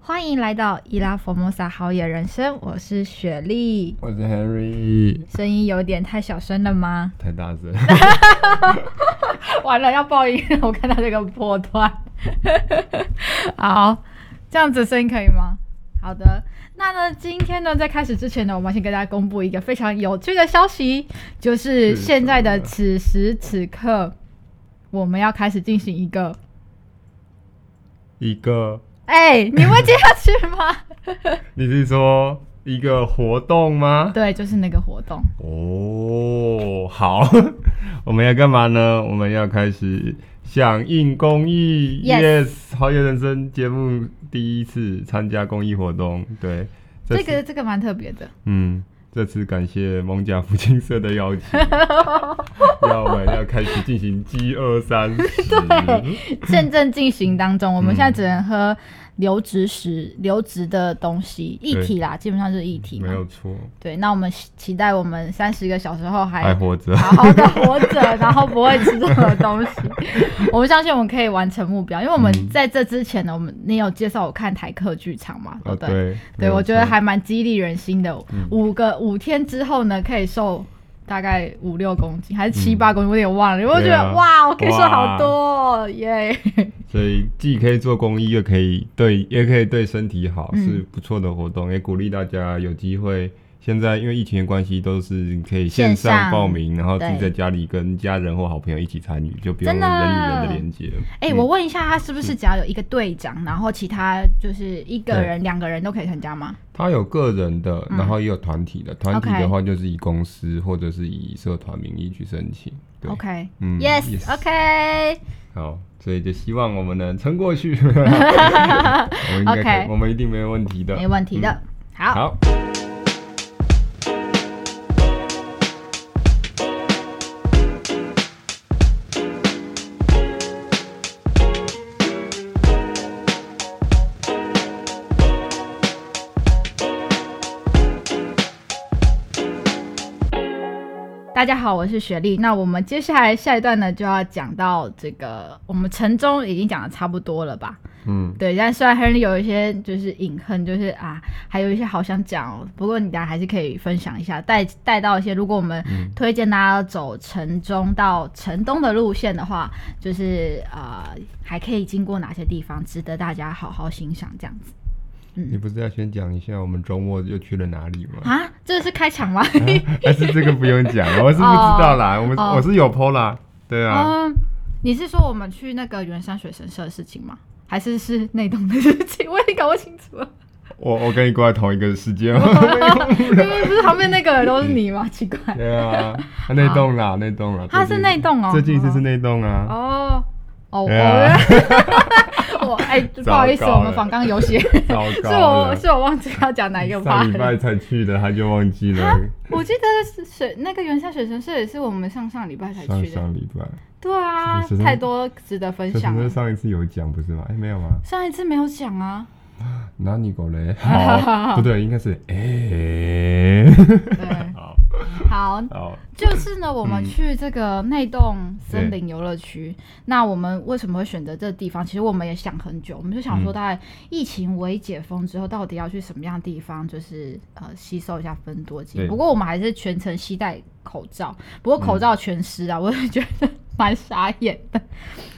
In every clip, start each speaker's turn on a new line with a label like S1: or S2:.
S1: 欢迎来到伊拉佛摩萨好野人生，我是雪莉。
S2: 我是 Henry，
S1: 声音有点太小声了吗？
S2: 太大声，
S1: 完了，要爆音了！我看到这个波段。 好，这样子声音可以吗？好的，那呢，今天呢，在开始之前呢，我们先跟大家公布一个非常有趣的消息，就是
S2: 是
S1: 现在的
S2: 什么
S1: 此时此刻，我们要开始进行一个。
S2: 一个，
S1: 哎、你会接下去吗？
S2: 你是说一个活动吗？
S1: 对，就是那个活动。
S2: 哦，好， 我们要干嘛呢？我们要开始响应公益
S1: Yes
S2: 好野人生节目第一次参加公益活动，对，
S1: 这
S2: 次
S1: 个这个蛮特别的，
S2: 嗯，这次感谢蒙甲福清社的 邀请，那我们要开始进行饥饿 三十，
S1: 现正进行当中，我们
S2: 嗯
S1: 现在只能喝流质食、流质的东西，液体啦，基本上就是液体
S2: 没有
S1: 嘛。
S2: 错，
S1: 对，那我们期待我们三十个小时后还
S2: 还活着。啊
S1: 好好的活着， 然后不会吃任何东西。我们相信我们可以完成目标，因为我们
S2: 嗯
S1: 在这之前呢，我们你有介绍我看台客剧场嘛，对
S2: 啊，
S1: 不对？
S2: 对，没
S1: 对，
S2: 有嗯
S1: 我觉得
S2: 错
S1: 还蛮激励人心的。五个五天之后呢，可以瘦大概五六公斤，还是七
S2: 嗯
S1: 八公斤，我有点忘了。我就觉
S2: 对
S1: 得、
S2: 啊
S1: 哇，我可以瘦好多哦，耶！
S2: 所以既可以做公益，又可以对，也可以对身体好，
S1: 嗯
S2: 是不错的活动，也鼓励大家有机会。现在因为疫情的关系，都是可以线
S1: 线上
S2: 上报名，然后自己
S1: 对
S2: 在家里跟家人或好朋友一起参与，就不用
S1: 真
S2: 人与
S1: 的
S2: 人的连接。
S1: 哎、
S2: 嗯
S1: 我问一下，他是不是只要有一个队长，然后其他就是一个人、两个人都可以参加吗？
S2: 它有个人的，
S1: 嗯
S2: 然后也有团体的。团、体
S1: OK
S2: 的话，就是以公司或者是以社团名义去申请。对
S1: OK，
S2: 嗯
S1: Yes，OK，、
S2: 好，所以就希望我们能撑过 去。我们应该可以
S1: OK
S2: 我们一定没有问题的。
S1: 没问题的。
S2: 嗯
S1: 好，
S2: 好。
S1: 大家好，我是雪莉。那我们接下来下一段呢，就要讲到这个，我们城中已经讲的差不多了吧？
S2: 嗯，
S1: 对，但虽然 Henry 有一些就是隐恨，就是啊，还有一些好想讲哦。不过你大家还是可以分享一下，带带到一些，如果我们
S2: 嗯
S1: 推荐大家走城中到城东的路线的话，就是呃，还可以经过哪些地方，值得大家好好欣赏这样子
S2: 你不是要先讲一下我们周末又去了哪里吗？
S1: 啊？这是开场吗？
S2: 但是这个不用讲，我是不知道啦。我们
S1: 哦
S2: 我是有 PO 啦，对 啊，
S1: 嗯，你是说我们去那个圆山水神社的事情吗？还是是内洞的事情？ 我也搞不清楚了。
S2: 我我跟你过在同一个时间，
S1: 哦因为不是旁边那个都是你吗？奇怪，
S2: 对啊，啊内洞啦，内洞啦，
S1: 他是内洞哦
S2: 最近一次是内洞啊，
S1: 哦哦，我
S2: 对啊
S1: 我哎、不
S2: 糟
S1: 好意思，
S2: 糕
S1: 我们
S2: 了
S1: 访刚有写，
S2: 糟
S1: 是
S2: 糕
S1: 我
S2: 了，
S1: 哦是我忘记要讲哪一个吧
S2: 上。礼拜才去的，他就忘记了，
S1: 我记得是水那个元山水神社也是我们上上礼拜才
S2: 上
S1: 去的，
S2: 上礼拜，
S1: 对啊
S2: 水神，社
S1: 太多值得分
S2: 这是
S1: 享
S2: 不是
S1: 了。
S2: 上一次有讲不是吗？哎，没有吗？
S1: 上一次没有讲啊，
S2: 哪里 狗嘞？好，不对，应该是哎，
S1: 对，
S2: 好
S1: 好，
S2: 好，
S1: 就是呢，我们
S2: 嗯
S1: 去这个内洞森林游乐区，那我们为什么会选择这个地方？其实我们也想很久，我们就想说，
S2: 嗯
S1: 大概疫情为解封之后，到底要去什么样的地方，就是呃吸收一下分多精。
S2: 对嗯
S1: 不过我们还是全程携带口罩，不过口罩全湿啊，我也觉得蛮傻眼的，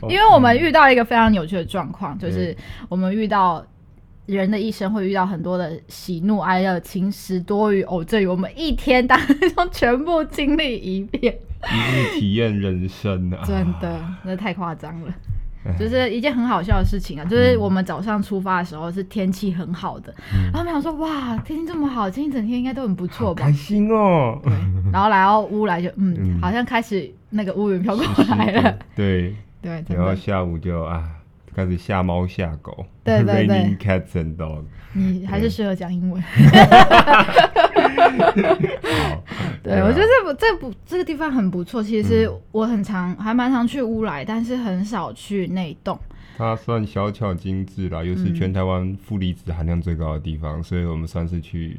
S2: 哦
S1: 因为我们遇到一个非常有趣的状况，
S2: 嗯
S1: 就是我们遇到。人的一生会遇到很多的喜怒哀乐、晴时多雨、偶阵雨，我们一天当中全部经历一遍，
S2: 一日体验人生啊，
S1: 真的，那太夸张 了。就是一件很好笑的事情啊，就是我们早上出发的时候是天气很好的，
S2: 嗯
S1: 然后我们想说哇，天气这么好，今天一整天应该都很不错吧
S2: 开。心哦。
S1: 然后来到乌来就嗯，
S2: 嗯
S1: 好像开始那个乌云飘过来了，
S2: 对，
S1: 对，真
S2: 然后
S1: 的，
S2: 下午就啊，开始吓猫吓狗。
S1: 对 对对
S2: Raining cats and dog。
S1: 你还是适合讲英 文。
S2: 好，啊嗯
S1: 对，我觉得这不这不这个地方很不错。其实我很常还蛮常去乌来，但是很少去内洞。
S2: 它算小巧精致
S1: 嗯
S2: 啦，又是全台湾负离子含量最高的地方，所以我们算是去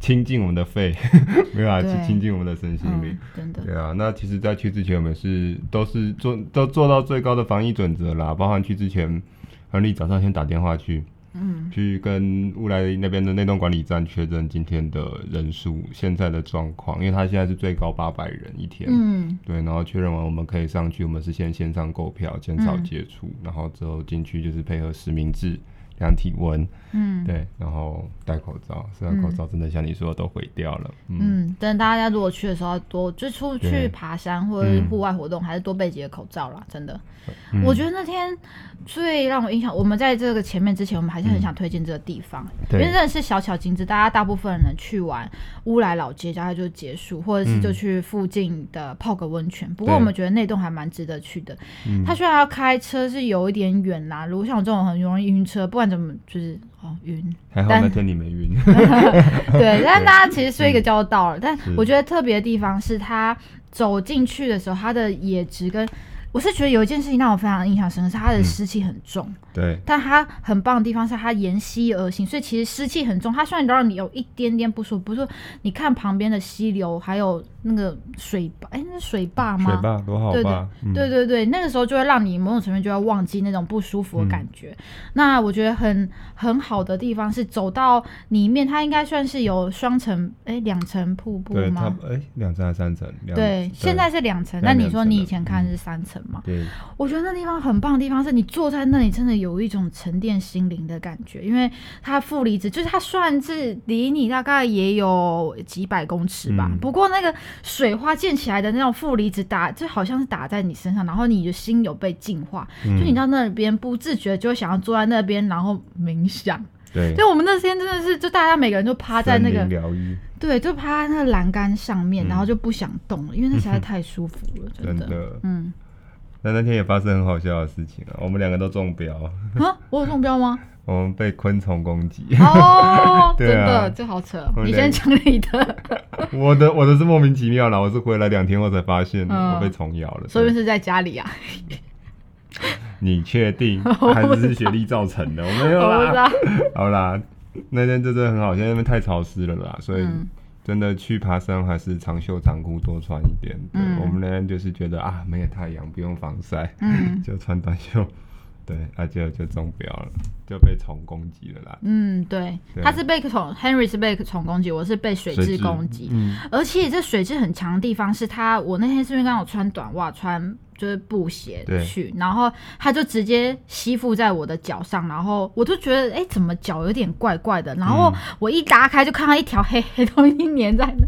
S2: 亲近我们的肺， 没有啊，去
S1: 对
S2: 亲近我们的身心灵
S1: 嗯。，真的，
S2: 对啊，那其实，在去之前，我们是都是做都做到最高的防疫准则啦，包含去之前，亨利早上先打电话去，嗯，去跟乌来那边的内洞管理站确认今天的人数现在的状况，因为他现在是最高八百人一天，
S1: 嗯，
S2: 对，然后确认完我们可以上去，我们是先线上购票，减少
S1: 嗯
S2: 接触，然后之后进去就是配合实名制。量体温，
S1: 嗯，
S2: 对，然后戴口罩。虽然口罩真的像你说的都毁掉了，嗯，
S1: 嗯，但大家如果去的时候要多，就出去
S2: 对嗯
S1: 爬山或者是户外活动，还是多备几个口罩啦。真的，我觉得那天最让我印象，我们在这个前面之前，我们还是
S2: 嗯
S1: 很想推荐这个地方，因
S2: 对
S1: 为真的是小巧精致。大家大部分人去完乌来老街，大概就结束，或者是就去附近的泡个温泉。不过
S2: 对
S1: 我们觉得那栋还蛮值得去的。它虽然要开车是有一点远啦，如果像我这种很容易晕车，不管怎么就是哦晕，
S2: 还好
S1: 但
S2: 那天你 没晕，
S1: 对，但大家其实睡一个觉就到了。但我觉得特别的地方是，它走进去的时候，它的野植跟我是觉得有一件事情让我非常印象深刻，是它的湿气很重。
S2: 对，
S1: 但它很棒的地方是它沿溪而行，所以其实湿气很重。它虽然让你有一点点不舒服，不是你看旁边的溪流，还有那个水坝，哎、那是水坝吗？
S2: 水坝多好
S1: 对
S2: 吧，嗯
S1: 对对对，那个时候就会让你某种层面就会忘记那种不舒服的感觉。那我觉得很很好的地方是走到里面，它应该算是有双层哎两层瀑布
S2: 对，它
S1: 吗？
S2: 哎两层还是三层？两
S1: 对，现在是两层。
S2: 现在
S1: 那你
S2: 两
S1: 说
S2: 层嗯
S1: 你
S2: 了
S1: 以前看是三层嘛？
S2: 对
S1: 我觉得那地方很棒的地方是你坐在那里，真的有一种沉淀心灵的感觉，因为它负离子就是它虽然是离你大概也有几百公尺吧，
S2: 嗯
S1: 不过那个水花溅起来的那种负离子打，就好像是打在你身上，然后你的心有被净化，
S2: 嗯
S1: 就你到那边不自觉就会想要坐在那边，然后冥想。
S2: 对，
S1: 就我们那天真的是，就大家每个人就趴在那
S2: 森
S1: 个
S2: 林疗愈，
S1: 对，就趴在那个栏杆上面，然后就不想动了，因为那实在太舒服了，
S2: 嗯真
S1: 的。
S2: 的。
S1: 嗯，
S2: 那那天也发生很好笑的事情啊，我们两个都中标，
S1: 啊，我有中标吗？
S2: 我们被昆虫攻击。
S1: 哦，真
S2: 对啊
S1: 的，这好扯哦。
S2: 我
S1: 你
S2: 连
S1: 先讲你的，
S2: 我的我的是莫名其妙啦，我是回来两天后才发现
S1: 嗯
S2: 我被虫咬了。
S1: 说明是在家里啊，
S2: 你确 定还是是学历造成的？我没有
S1: 我不知
S2: 啦。
S1: 道。
S2: 好啦，那天真的很好，现在那边太潮湿了啦，所以
S1: 嗯
S2: 真的去爬山还是长袖长裤多穿一点。对，
S1: 嗯
S2: 我们那天就是觉得啊，没有太阳，不用防晒，
S1: 嗯
S2: 就穿短袖。 对，啊，结果就中标了，就被虫攻击了啦。
S1: 嗯，对，
S2: 对
S1: 他是被虫，Henry 是被虫攻击，我是被水蛭
S2: 水蛭
S1: 攻击。
S2: 嗯，
S1: 而且这水质很强的地方是它，我那天是因为刚好穿短袜穿。就是布鞋
S2: 对
S1: 去，然后它就直接吸附在我的脚上，然后我就觉得，哎、怎么脚有点怪怪的？然
S2: 嗯
S1: 后我一打开就看到一条黑黑东西粘在那，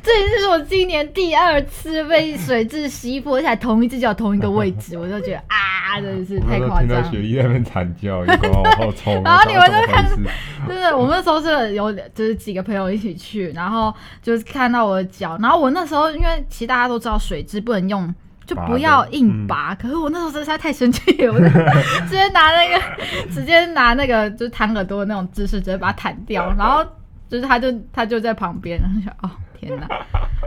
S1: 这也是我今年第二次被水蛭吸附，而且还同一只脚同一个位置，我就觉得啊，真的是
S2: 我
S1: 太
S2: 们都
S1: 夸
S2: 听
S1: 张
S2: 到
S1: 了
S2: 雪。莉在那边惨 叫，你说好啊臭，
S1: 然后你们就看
S2: 看，
S1: 真的，我们那时候是有就是几个朋友一起去，然后就是看到我的脚，然后我那时候因为其实大家都知道水质不能用。就
S2: 拔
S1: 不
S2: 的
S1: 要硬拔，可是我那时候实在太生气了，我就 直接拿那个，直接拿那个就是弹耳朵的那种姿势，直接把它弹掉，然后就是他就他就在旁边，然 后想哦天哪！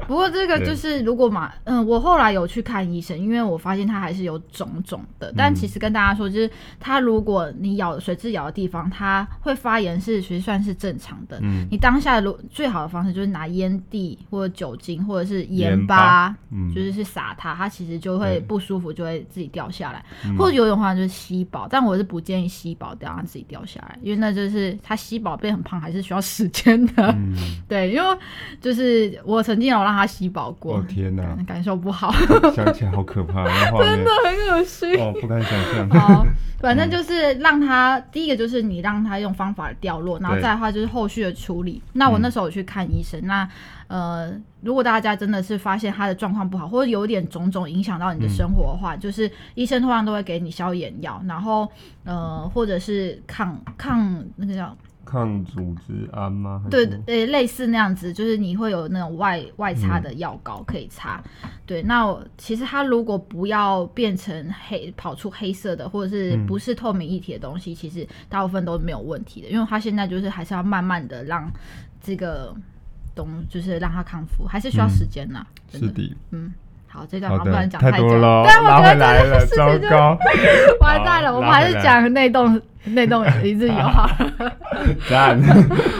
S1: 不过这个
S2: 对
S1: 就是如果嘛，嗯，我后来有去看医生，因为我发现它还是有肿肿的。但
S2: 嗯
S1: 其实跟大家说，就是它如果你咬水蛭咬的地方，它会发炎是其实算是正常的。
S2: 嗯
S1: 你当下如最好的方式就是拿烟蒂或者酒精或者是盐
S2: 盐巴
S1: 巴，
S2: 嗯
S1: 就是去撒它，它其实就会
S2: 对嗯
S1: 不舒服，就会自己掉下来。或者有种话就是吸饱，但我是不建议吸饱掉，让它自己掉下来，因为那就是它吸饱变很胖还是需要时间的。
S2: 嗯，
S1: 对，因为就是我曾经有让它吸饱过，
S2: 哦天哪，
S1: 感受不好，
S2: 想起来好可怕，那画面，
S1: 很恶心。
S2: 哦，不敢想 象。
S1: 好，哦反正就是让它第一个就是你让它用方法掉落，然后
S2: 对
S1: 再的话就是后续的处理。那我那时候有去看医生，那呃，如果大家真的是发现它的状况不好，或者有点种种影响到你的生活的话，就是医生通常都会给你消炎药，然后呃，或者是抗抗那个叫
S2: 抗组织胺吗？还
S1: 对
S2: 是，
S1: 呃，类似那样子，就是你会有那种外外擦的药膏可以擦。
S2: 嗯
S1: 对，那我其实它如果不要变成黑，跑出黑色的，或者是
S2: 嗯
S1: 不是透明一体的东西，其实大部分都没有问题的，因为它现在就是还是要慢慢的让这个东，就是让它康复，还是需要时间呐、真
S2: 嗯是的，
S1: 嗯。好，这段
S2: 好
S1: 好像不
S2: 的，
S1: 然讲太久
S2: 多了，
S1: 但我
S2: 拉
S1: 觉
S2: 回
S1: 得
S2: 来
S1: 这件
S2: 了，
S1: 事
S2: 糟
S1: 情就
S2: 糕，
S1: 完蛋了，我们
S2: 拉回
S1: 还是
S2: 来
S1: 讲内洞内洞一日游好了。
S2: 赞，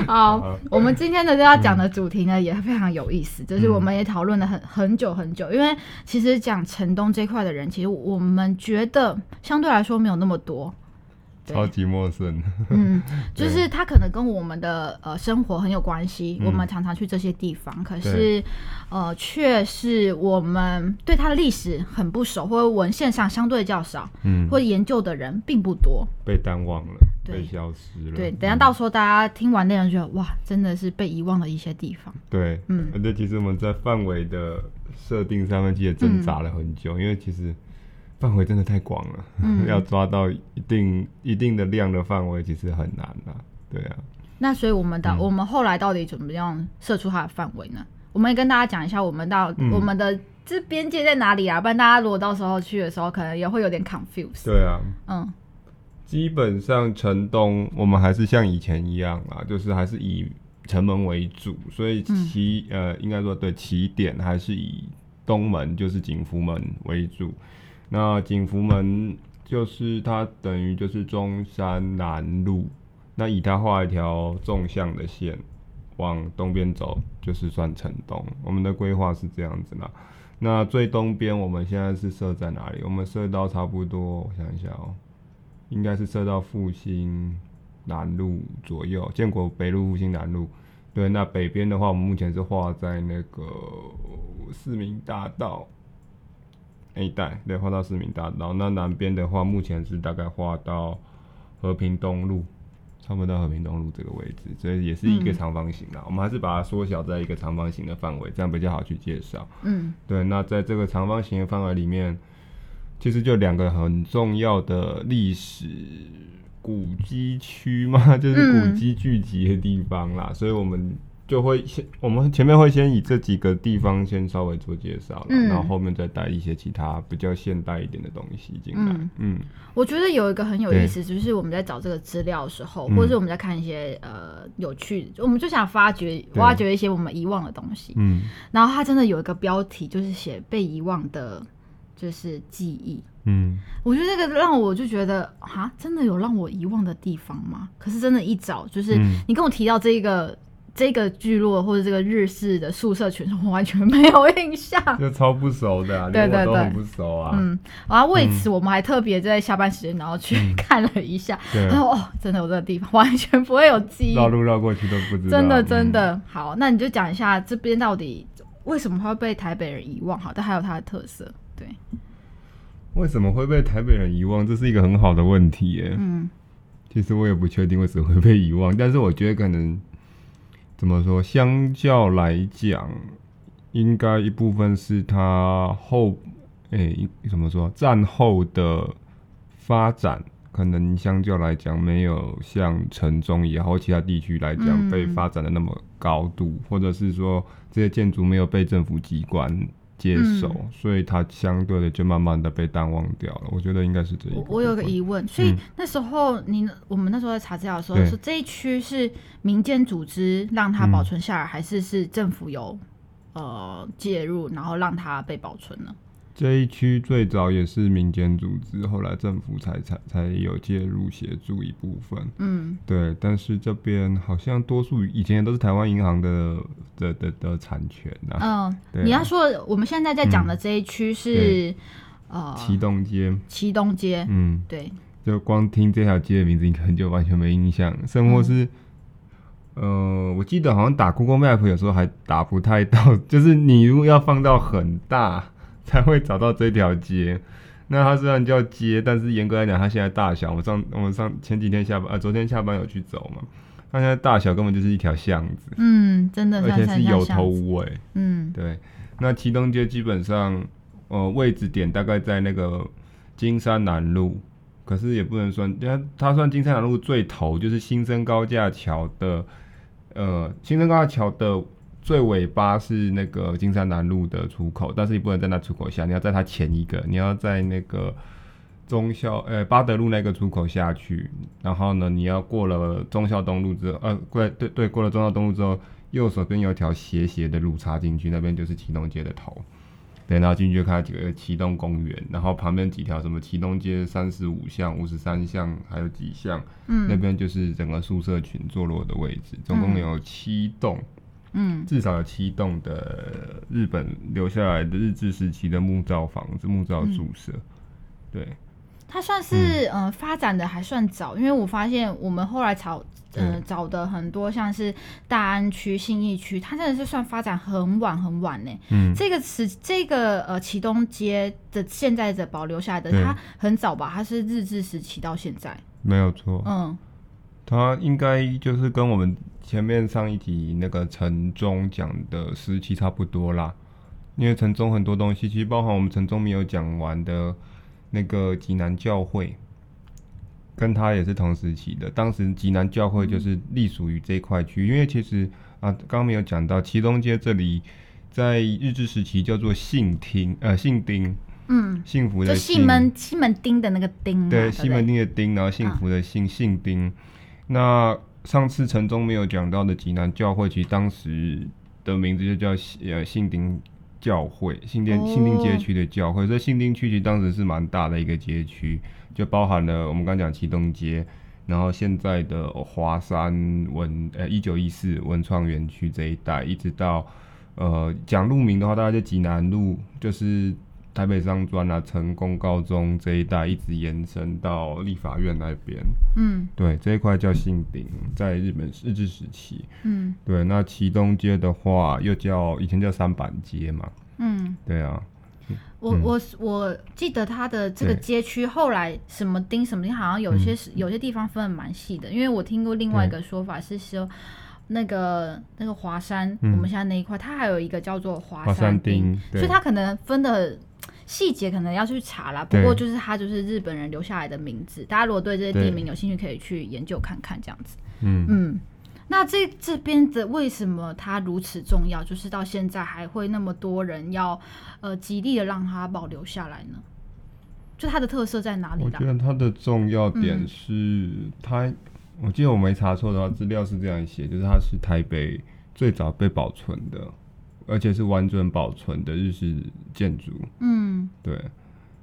S1: 好，我们今天的要讲的主题呢也非常有意思，就是我们也讨论了很很久很久，因为其 实讲城东这块的人，其实我们觉得相对来说没有那么多。对
S2: 超级陌生。
S1: 嗯，就
S2: 对
S1: 是它可能跟我们的呃生活很有关系，
S2: 嗯
S1: 我们常常去这些地方，可是呃却是我们对它的历史很不熟，或者文献上相对较少，
S2: 嗯，
S1: 或者研究的人并不多。
S2: 被淡忘了，
S1: 对
S2: 被消失了。
S1: 对，等一下到时候大家听完内容，觉得哇，真的是被遗忘了一些地方。
S2: 对，
S1: 嗯
S2: 而且其实我们在范围的设定上面，其实也挣扎了很久，因为其实范围真的太广了，
S1: 嗯
S2: 要抓到一定一定的量的范围，其实很难啊。对啊，
S1: 那所以我们的、
S2: 嗯
S1: 我们后来到底怎么样设出它的范围呢？我们也跟大家讲一下，我们到、
S2: 嗯
S1: 我们的这边界在哪里啊？不然大家如果到时候去的时候，可能也会有点 confuse。
S2: 对啊，
S1: 嗯
S2: 基本上城东我们还是像以前一样啊，就是还是以城门为主，所以起、呃应该说对起点还是以东门就是景福门为主。那景福门就是它等于就是中山南路，那以它画一条纵向的线往东边走，就是算城东。我们的规划是这样子啦。那最东边我们现在是设在哪里？我们设到差不多，我想一下哦、应该是设到复兴南路左右，建国北路、复兴南路。对，那北边的话，我们目前是画在那个市民大道那一带，对，画到市民大道。那南边的话，目前是大概画到和平东路，差不多到和平东路这个位置，所以也是一个
S1: 嗯
S2: 长方形啦。我们还是把它缩小在一个长方形的范围，这样比较好去介绍。
S1: 嗯，
S2: 对，那在这个长方形的范围里面，其实就两个很重要的历史古迹区嘛， 就是古
S1: 嗯
S2: 迹聚集的地方啦，所以我们就会先，我们前面会先以这几个地方先稍微做介绍啦，
S1: 嗯
S2: 然后后面再带一些其他比较现代一点的东西进来。嗯
S1: 嗯我觉得有一个很有意思，就是我们在找这个资料的时候，
S2: 嗯
S1: 或者是我们在看一些呃有趣，我们就想发掘、
S2: 对
S1: 挖掘一些我们遗忘的东西。
S2: 嗯，
S1: 然后它真的有一个标题，就是写被遗忘的，就是记忆。
S2: 嗯，
S1: 我觉得那个让我就觉得啊，真的有让我遗忘的地方吗？可是真的，一找就是
S2: 嗯
S1: 你跟我提到这个。这个聚落或者这个日式的宿舍群，我完全没有印象。
S2: 这超不熟的、啊，
S1: 对
S2: 连我
S1: 对
S2: 都很
S1: 对
S2: 不熟啊。
S1: 嗯，然后为此我们还特别在下班时间，然后去看了一下，
S2: 对
S1: 然后 哦，真的有这个地方，完全不会有记忆，
S2: 绕嗯路绕过去都不知道。
S1: 真的
S2: 嗯
S1: 真的、好。那你就讲一下这边到底为什么会被台北人遗忘？好，但还有它的特色，对，
S2: 嗯为什么会被台北人遗忘？这是一个很好的问题耶。
S1: 嗯
S2: 其实我也不确定为什么会被遗忘，但是我觉得可能怎么说，相较来讲，应该一部分是他后，诶、怎么说，战后的发展，可能相较来讲没有像城中也好或其他地区来讲
S1: 嗯
S2: 被发展的那么高度，或者是说这些建筑没有被政府机关。接手，所以它相对的就慢慢的被淡忘掉了。我觉得应该是这一个
S1: 我
S2: 部分。
S1: 我有个疑问，所以
S2: 嗯
S1: 那时候你我们那时候在查资料的时候
S2: 对嗯
S1: 说，这一区是民间组织让它保存下来，还是是政府有呃介入，然后让它被保存呢？
S2: 这一区最早也是民间组织，后来政府才才才有介入协助一部分。
S1: 嗯
S2: 对，但是这边好像多数以前都是台湾银行的的的的产权呐、啊。嗯
S1: 嗯、
S2: 对
S1: 你要说我们现在在讲的这一区是、呃
S2: 旗东街，
S1: 旗东街，
S2: 嗯，
S1: 对，
S2: 就光听这条街的名字，你可能就完全没印象。
S1: 嗯
S2: 甚或是，呃，我记得好像打 Google Map 有时候还打不太到， 就是你如果要放到很大才会找到这条街。那它虽然叫街，但是严格来讲，它现在大小，我上我们上前几天下班，呃，昨天下班有去走嘛，它现在大小根本就是一条巷子，
S1: 嗯，真的
S2: 而
S1: 算
S2: 且
S1: 算
S2: 是
S1: 像
S2: 有头
S1: 巷子，
S2: 无尾。
S1: 嗯
S2: 对，那旗东街基本上，呃，位置点大概在那个金山南路，可是也不能算，它它算金山南路最头，就是新生高架桥的，呃，新生高架桥的最尾巴是那个金山南路的出口，但是你不能在那出口下，你要在它前一个，你要在那个。忠孝呃巴德路那个出口下去，然后呢，你要过了忠孝东路之后，呃，过对对，过了忠孝东路之后，右手边有一条斜斜的路插进去，那边就是旗东街的头。对，然后进去就看到几个旗东公园，然后旁边几条什么旗东街三十五巷、五十三巷，还有几巷，那
S1: 嗯
S2: 边就是整个宿舍群坐落的位置，总共有七栋，
S1: 嗯
S2: 至少有七栋的日
S1: 嗯
S2: 本留下来的日治时期的木造房子、木造宿舍。对，
S1: 它算是嗯、呃、发展的还算早，因为我发现我们后来找呃
S2: 对
S1: 找的很多像是大安区、信义区，它真的是算发展很晚很晚呢。
S2: 嗯，
S1: 这个时这个呃启东街的现在的保留下来的，
S2: 对
S1: 它很早吧？它是日治时期到现在，
S2: 没有错，
S1: 嗯，
S2: 它应该就是跟我们前面上一集那个城中讲的时期差不多啦，因为城中很多东西，其实包含我们城中没有讲完的那个济南教会，跟它也是同时期的。当时济南教会就是隶属于这块区，因为其实啊，刚刚没有讲到祁东街这里，在日治时期叫做信町，呃，信町，
S1: 嗯，
S2: 幸福
S1: 就
S2: 的
S1: 西门西门町嗯的那个町嘛，
S2: 对，
S1: 不
S2: 西门町的町，然后幸福的幸，幸町。那上次城中没有讲到的济南教会，其实当时的名字就叫呃幸町教会，幸町幸町街区的教会。所以幸町区其实当时是蛮大的一个街区，就包含了我们刚讲启东街，然后现在的华山文呃一九一四文创园区这一带，一直到呃讲路名的话，大概就济南路，就是台北商专啊、成功高中这一带，一直延伸到立法院那边。
S1: 嗯
S2: 对，这一块叫信鼎，在日本日治时期。
S1: 嗯
S2: 对，那旗东街的话，又叫以前叫三板街嘛。
S1: 嗯，
S2: 对啊，
S1: 我我我记得它的这个
S2: 对嗯
S1: 街区后来什么町什么町，好像有些是、有些地方分的蛮细的，因为我听过另外一个说法是说。那个那个华山，
S2: 嗯
S1: 我们现在那一块，它还有一个叫做华
S2: 华山
S1: 町，
S2: 町。
S1: 所以
S2: 对
S1: 它可能分的细节可能要去查啦。不
S2: 对
S1: 过就是它就是日本人留下来的名字，大家如果对这些地
S2: 对
S1: 名有兴趣，可以去研究看看这样子。
S2: 嗯
S1: 嗯，那这这边的为什么它如此重要？就是到现在还会那么多人要呃极力的让它保留下来呢？就它的特色在哪里
S2: 我
S1: 啦
S2: 觉？得它的重要点
S1: 嗯
S2: 是、它，我记得我没查错的话，资料是这样写，就是它是台北最早被保存的，而且是完整保存的日式建筑。
S1: 嗯
S2: 对，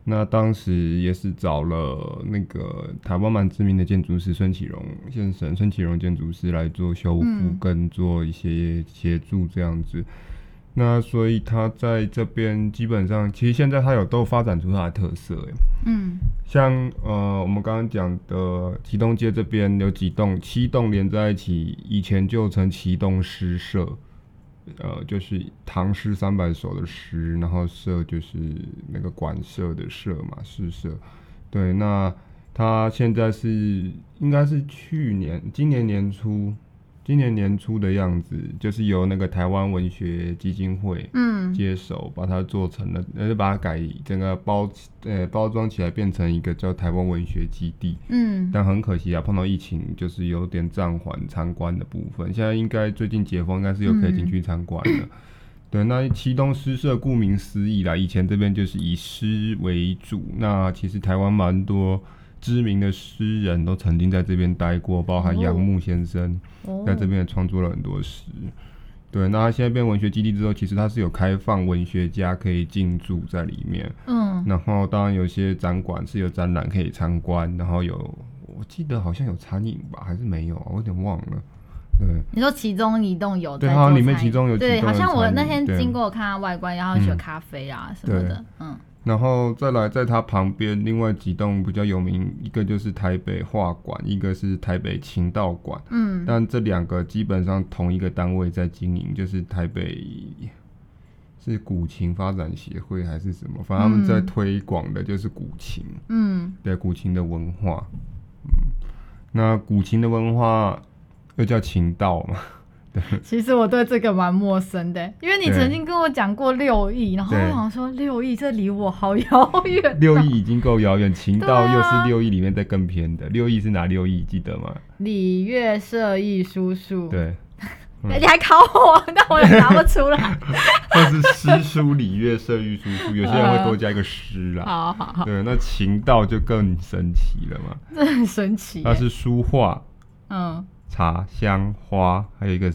S2: 那当时也是找了那个台湾蛮知名的建筑师孙启荣先生，孙启荣建筑师来做修复
S1: 嗯
S2: 跟做一些协助这样子。那所以他在这边基本上，其实现在他有都发展出他的特色、欸，
S1: 嗯
S2: 像呃，我们刚刚讲的旗东街这边有几栋，七栋连在一起，以前就称旗东诗社，呃，就是唐诗三百首的诗，然后社就是那个馆舍的社嘛，诗社。对，那它现在是应该是去年，今年年初，今年年初的样子，就是由那个台湾文学基金会，
S1: 嗯
S2: 接手，把它做成了，呃，就把它改整个包起呃包装起来，变成一个叫台湾文学基地。
S1: 嗯
S2: 但很可惜啊，碰到疫情，就是有点暂缓参观的部分。现在应该最近解封，应该是又可以进去参观了。对，那旗东诗社顾名思义啦，以前这边就是以诗为主。那其实台湾蛮多知名的诗人都曾经在这边待过，包含
S1: 哦
S2: 杨牧先生。
S1: 哦
S2: 在这边也创作了很多诗。对，那它现在变文学基地之后，其实它是有开放文学家可以进驻在里面，
S1: 嗯
S2: 然后当然有些展馆是有展览可以参观，然后有我记得好像有餐饮吧，还是没有啊，我有点忘了。对，
S1: 你说其中一栋有哦
S2: 对
S1: 在
S2: 它
S1: 做
S2: 里面
S1: 餐
S2: 其中有
S1: 对，
S2: 其中
S1: 好
S2: 有
S1: 像我
S2: 餐
S1: 那
S2: 饮
S1: 天
S2: 对
S1: 经过看它外观，然后有
S2: 嗯
S1: 咖啡啊什么
S2: 对
S1: 的，嗯
S2: 然后再来在它旁边另外几栋比较有名，一个就是台北画馆，一个是台北琴道馆。
S1: 嗯
S2: 但这两个基本上同一个单位在经营，就是台北是古琴发展协会还是什么，反正他们在
S1: 嗯
S2: 推广的就是古琴，
S1: 嗯
S2: 对古琴的文化。嗯，那古琴的文化又叫琴道 嘛，
S1: 其实我对这个蛮陌生的，因为你
S2: 对
S1: 曾经跟我讲过六艺，然后我
S2: 对
S1: 想说六艺这离我好遥远。
S2: 六艺已经够遥远，琴道
S1: 对
S2: 又
S1: 啊
S2: 是六艺里面再更偏的。六艺是哪六艺？记得吗？
S1: 礼乐射艺叔叔，
S2: 对，嗯
S1: 哎你还考我，但我也答不出 来。
S2: 那是诗书礼乐射御书书，有些人会多加一个诗啦。
S1: 好好好，
S2: 对，那琴道就更神奇了嘛。
S1: 这很神奇耶。
S2: 它是书画、
S1: 嗯，
S2: 茶香花，还有一个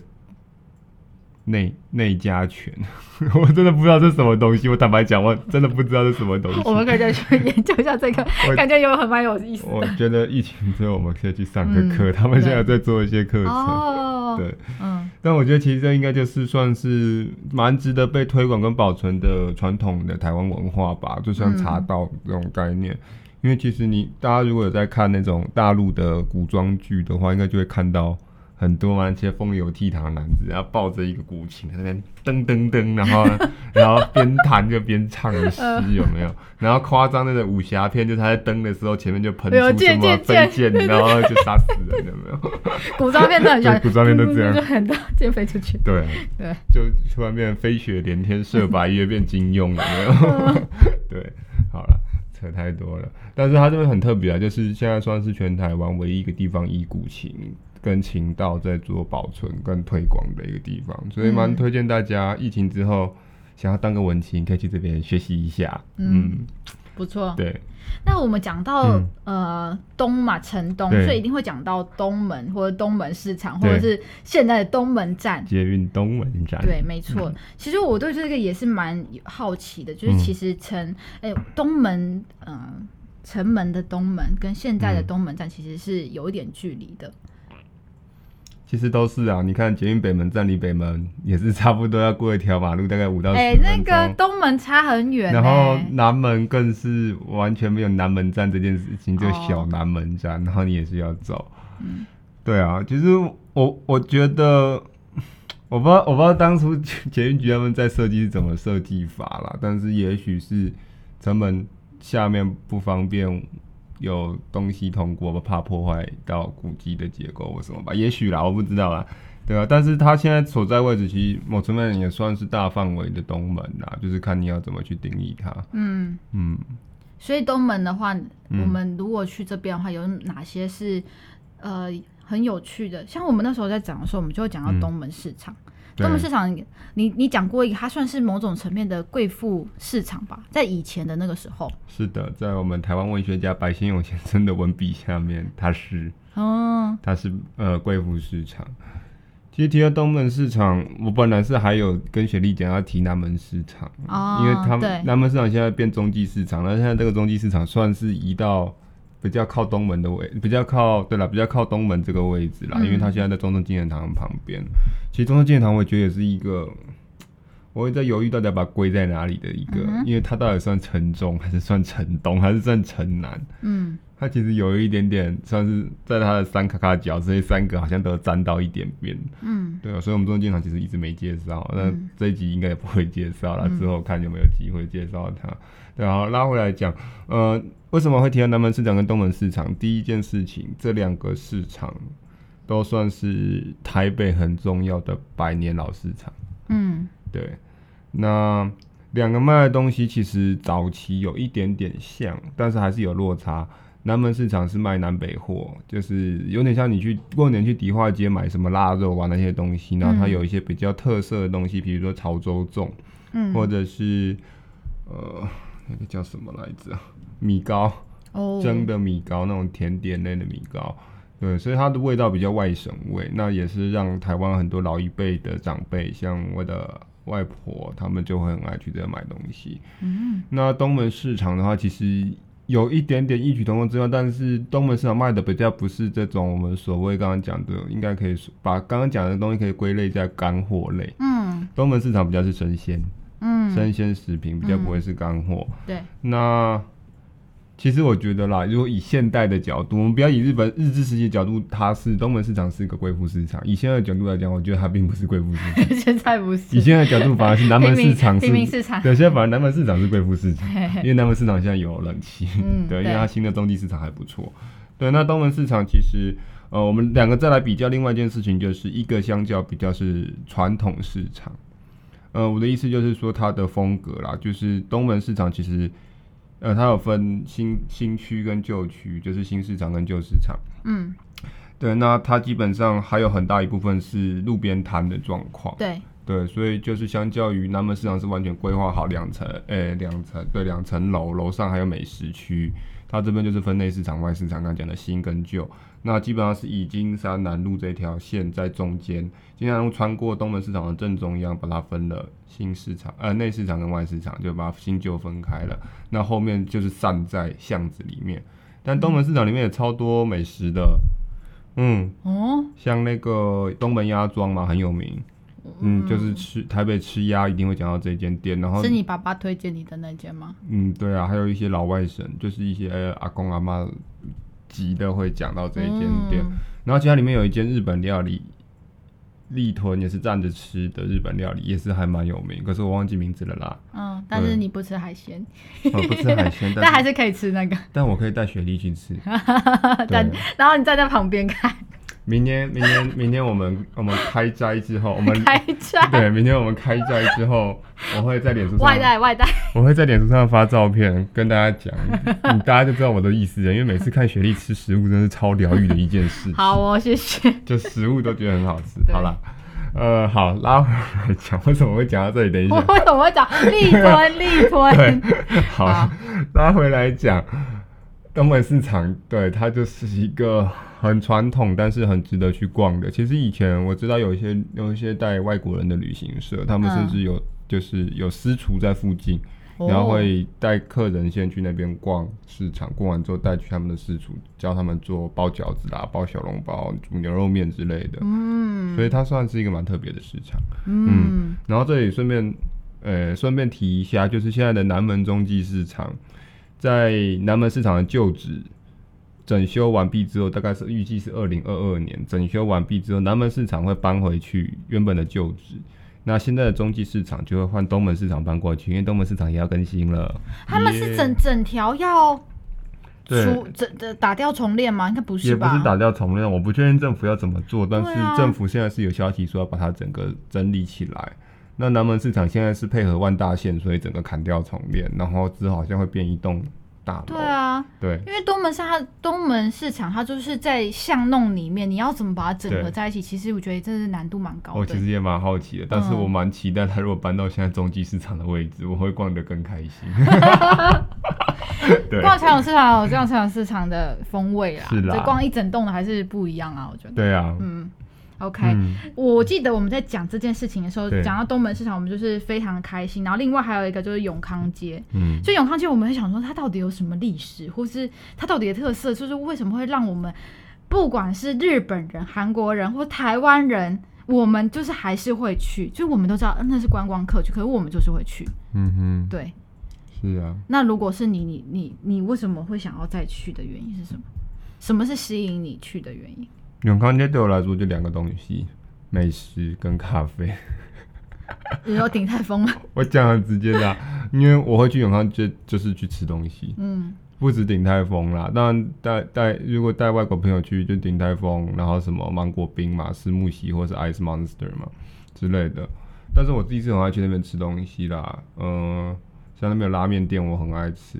S2: 内内家拳。 我真的不知道这是什么东西，我坦白讲，我真的不知道这是什么东西。
S1: 我们可以再去研究一下这个，
S2: 我
S1: 感觉有很蛮有意思
S2: 我
S1: 的。
S2: 觉得疫情之后我们可以去上个课，他们现在有在做一些课程。
S1: 嗯哦，
S2: 对，
S1: 嗯
S2: 但我觉得其实这应该就是算是蛮值得被推广跟保存的传统的台湾文化吧，就像茶道这种概念。因因为其实你大家如果有在看那种大陆的古装剧的话，应该就会看到很多嘛，那些风流倜傥的男子，然后抱着一个古琴在那边噔噔噔，然后 然后边弹就边唱的诗有没有？然后夸张那个武侠片，就是他在登的时候前面就喷
S1: 有
S2: 出什
S1: 剑
S2: 么
S1: 剑
S2: 飞
S1: 剑
S2: 剑，然后就杀死人有没有？
S1: 古装片都很喜欢，
S2: 对古装片都 这样
S1: 就很大箭飞出去。
S2: 对啊
S1: 对，
S2: 就突然变飞雪连天 射白月，变金庸了，没有？对，好了，扯太多了。但是它这边很特别啊，就是现在算是全台湾唯一一个地方以古琴跟琴道在做保存跟推广的一个地方，所以蛮
S1: 嗯
S2: 推荐大家疫情之后。想要当个文青，可以去这边学习一下。嗯，
S1: 不错。
S2: 对，
S1: 那我们讲到、
S2: 嗯
S1: 呃东嘛，城东，
S2: 对
S1: 所以一定会讲到东门或者东门市场，或者
S2: 对
S1: 是现在的东门站。
S2: 捷运东门站。
S1: 对，没错。其实我对这个也是蛮好奇的，就是
S2: 嗯
S1: 其实城，哎、东门，嗯、城门的东门跟现在的
S2: 嗯
S1: 东门站其实是有一点距离的。
S2: 其实都是啊。你看捷运北门站离北门也是差不多要过一条马路，大概五到十
S1: 哎、
S2: 分钟。
S1: 那个东门差很远、欸。
S2: 然后南门更是完全没有南门站这件事情，就小南门站，然后你也是要走。对啊，其实我我觉得， 我不知道我不知道当初捷运局他们在设计是怎么设计法啦，但是也许是成本下面不方便有东西通过，怕破坏到古迹的结构或什么吧，也许啦，我不知道啦。对啊，但是它现在所在位置其实某层面也算是大范围的东门啦，就是看你要怎么去定义它。
S1: 嗯，
S2: 嗯，
S1: 所以东门的话，我们如果去这边的话，有哪些是呃很有趣的？像我们那时候在讲的时候，我们就会讲到
S2: 嗯
S1: 东门市场。
S2: 对
S1: 东门市场，你你讲过一个，它算是某种层面的贵妇市场吧，在以前的那个时候。
S2: 是的，在我们台湾文学家白先勇先生的文笔下面，它是
S1: 嗯，
S2: 它是呃贵妇市场。其实提到东门市场，我本来是还有跟雪莉讲要提南门市场，
S1: 哦，
S2: 因为他
S1: 对
S2: 们，南门市场现在变中继市场，那现在这个中继市场算是移到比较靠东门的位，比较靠对了，比较靠东门这个位置啦，
S1: 嗯
S2: 因为它现在在中正纪念堂旁边。其实中正纪念堂，我觉得也是一个，我会在犹豫到底要把它归在哪里的一个，
S1: 嗯哼
S2: 因为它到底算城中还是算城东还是算城南？
S1: 嗯，
S2: 它其实有一点点算是在它的三卡卡角，所以三个好像都有沾到一点边。
S1: 嗯，
S2: 对啊，所以我们中间场其实一直没介绍，那
S1: 嗯
S2: 这一集应该也不会介绍了，
S1: 嗯
S2: 之后看有没有机会介绍它。对啊，好拉回来讲，呃，为什么会提到南门市场跟东门市场？第一件事情，这两个市场都算是台北很重要的百年老市场。
S1: 嗯，
S2: 对，那两个卖的东西其实早期有一点点像，但是还是有落差。南门市场是卖南北货，就是有点像你去过年去迪化街买什么腊肉啊那些东西，然后它
S1: 嗯
S2: 有一些比较特色的东西，比如说潮州粽，
S1: 嗯
S2: 或者是呃那个叫什么来着啊，米糕。
S1: 哦，
S2: 蒸的米糕，那种甜点类的米糕。对，所以它的味道比较外省味，那也是让台湾很多老一辈的长辈，像我的外婆，他们就会很爱去这买东西。
S1: 嗯，
S2: 那东门市场的话，其实有一点点异曲同工之妙，但是东门市场卖的比较不是这种我们所谓刚刚讲的，应该可以说把刚刚讲的东西可以归类在干货类。
S1: 嗯
S2: 东门市场比较是生鲜，
S1: 嗯，
S2: 生鲜食品比较不会是干货。
S1: 对，
S2: 那其实我觉得啦，如果以现代的角度，我们不要以日本日治时期的角度，它是东门市场是一个贵妇市场。以现在的角度来讲，我觉得它并不是贵妇市 场。
S1: 现在不
S2: 以
S1: 是
S2: 现在的角度，反而是南门市场是
S1: 平民平民市场
S2: 对，现在反而南门市场是贵妇市场，
S1: 嘿嘿
S2: 因为南门市场现在有冷气，
S1: 嗯
S2: 对，因
S1: 对
S2: 为它新的中地市场还不错。对，那东门市场其实，呃，我们两个再来比较，另外一件事情就是一个相较比较是传统市场，呃，我的意思就是说它的风格啦，就是东门市场其实，呃，它有分新新区跟旧区，就是新市场跟旧市场。
S1: 嗯，
S2: 对，那它基本上还有很大一部分是路边摊的状况。
S1: 对，
S2: 对，所以就是相较于南门市场是完全规划好两层，诶、两层对，两层楼，楼上还有美食区。它这边就是分内市场、外市场，刚刚讲的新跟旧。那基本上是以金山南路这条线在中间，金山路穿过东门市场的正中央，把它分了新市场、呃内市场跟外市场，就把新旧分开了。那后面就是散在巷子里面，但东门市场里面也超多美食的，嗯，
S1: 哦，
S2: 像那个东门鸭庄嘛，很有名。嗯，就是吃台北吃鸭一定会讲到这间店，然后
S1: 是你爸爸推荐你的那间吗？
S2: 嗯，对啊，还有一些老外省，就是一些、呃阿公阿妈级的会讲到这一间店，
S1: 嗯
S2: 然后其他里面有一间日本料理。立屯也是站着吃的日本料理，也是还蛮有名，可是我忘记名字了啦。
S1: 嗯，但是你不吃海鲜，
S2: 我不吃海鲜，但
S1: 但还
S2: 是
S1: 是可以吃那个，
S2: 但我可以带雪莉去吃。
S1: 但然后你站在旁边看
S2: 明天，明天，明天我们我们开斋之后，我们
S1: 开 战，
S2: 对，明天我们开斋之后，我会在脸书上
S1: 外，带外带，
S2: 我会在脸书上发照片跟大家 讲，你大家就知道我的意思了。因为每次看雪莉吃食物，真是超疗愈的一件事，
S1: 好哦，谢谢。
S2: 就食物都觉得很好吃。
S1: 对
S2: 好啦，呃，好，拉回来讲，为什么会讲到这里？等一
S1: 我
S2: 下，
S1: 为什么会讲立吞立
S2: 对
S1: 吞？，
S2: 好
S1: 好，
S2: 拉回来讲，东门市场，对它就是一个很传统，但是很值得去逛的。其实以前我知道有一些有一些带外国人的旅行社，他们
S1: 嗯
S2: 甚至有、就是有私厨在附近，
S1: 哦
S2: 然后会带客人先去那边逛市场，逛完之后带去他们的私厨，教他们做包饺子啦、包小笼包、煮牛肉面之类的。
S1: 嗯
S2: 所以它算是一个蛮特别的市场。
S1: 嗯
S2: 然后这里顺便，呃，顺便提一下，就是现在的南门中继市场，在南门市场的旧址整修完毕之后，大概是预计是二零二二年整修完毕之后，南门市场会搬回去原本的旧址。那现在的中继市场就会换东门市场搬过去，因为东门市场也要更新了。
S1: 他们是
S2: 耶
S1: 整整条要
S2: 对
S1: 除整的打掉重练吗？应该不
S2: 也
S1: 是
S2: 不
S1: 吧？
S2: 是打掉重练，我不确定政府要怎么做，但
S1: 对啊
S2: 是政府现在是有消息说要把它整个整理起来。那南门市场现在是配合万大线，所以整个砍掉重练，然后之后好像会变一栋大楼。
S1: 对啊，
S2: 对，
S1: 因为东门上它东门市场，它就是在巷弄里面，你要怎么把它整合
S2: 对
S1: 在一起？其实我觉得真是难度蛮高
S2: 我其
S1: 的。
S2: 实也蛮好奇的，但是
S1: 嗯
S2: 我蛮期待它如果搬到现在中继市场的位置，我会逛得更开 心。对，
S1: 逛传统市场有这样传统市场的风味啦，
S2: 是啦
S1: 就逛一整栋的还是不一样啊，我觉得。
S2: 对啊，
S1: 嗯，OK，
S2: 嗯，
S1: 我记得我们在讲这件事情的时候，
S2: 对
S1: 讲到东门市场，我们就是非常开心。然后另外还有一个就是永康街，
S2: 嗯，
S1: 就永康街，我们会想说它到底有什么历史，或是它到底的特色，就是为什么会让我们不管是日本人、韩国人或台湾人，我们就是还是会去，就我们都知道、嗯那是观光客去，可是我们就是会去。
S2: 嗯哼，
S1: 对，
S2: 是啊，
S1: 那如果是你，你你你为什么会想要再去的原因是什么？什么是吸引你去的原因？
S2: 永康街对我来说就两个东西，美食跟咖啡。
S1: 你有鼎泰丰吗？
S2: 我讲的直接的啊、因为我会去永康街，就是去吃东西，
S1: 嗯
S2: 不止鼎泰丰啦。当然带带如果带外国朋友去，就鼎泰丰，然后什么芒果冰嘛、石木喜或是 Ice Monster 嘛之类的。但是我自己是很爱去那边吃东西啦，嗯、像那边有拉面店，我很爱吃，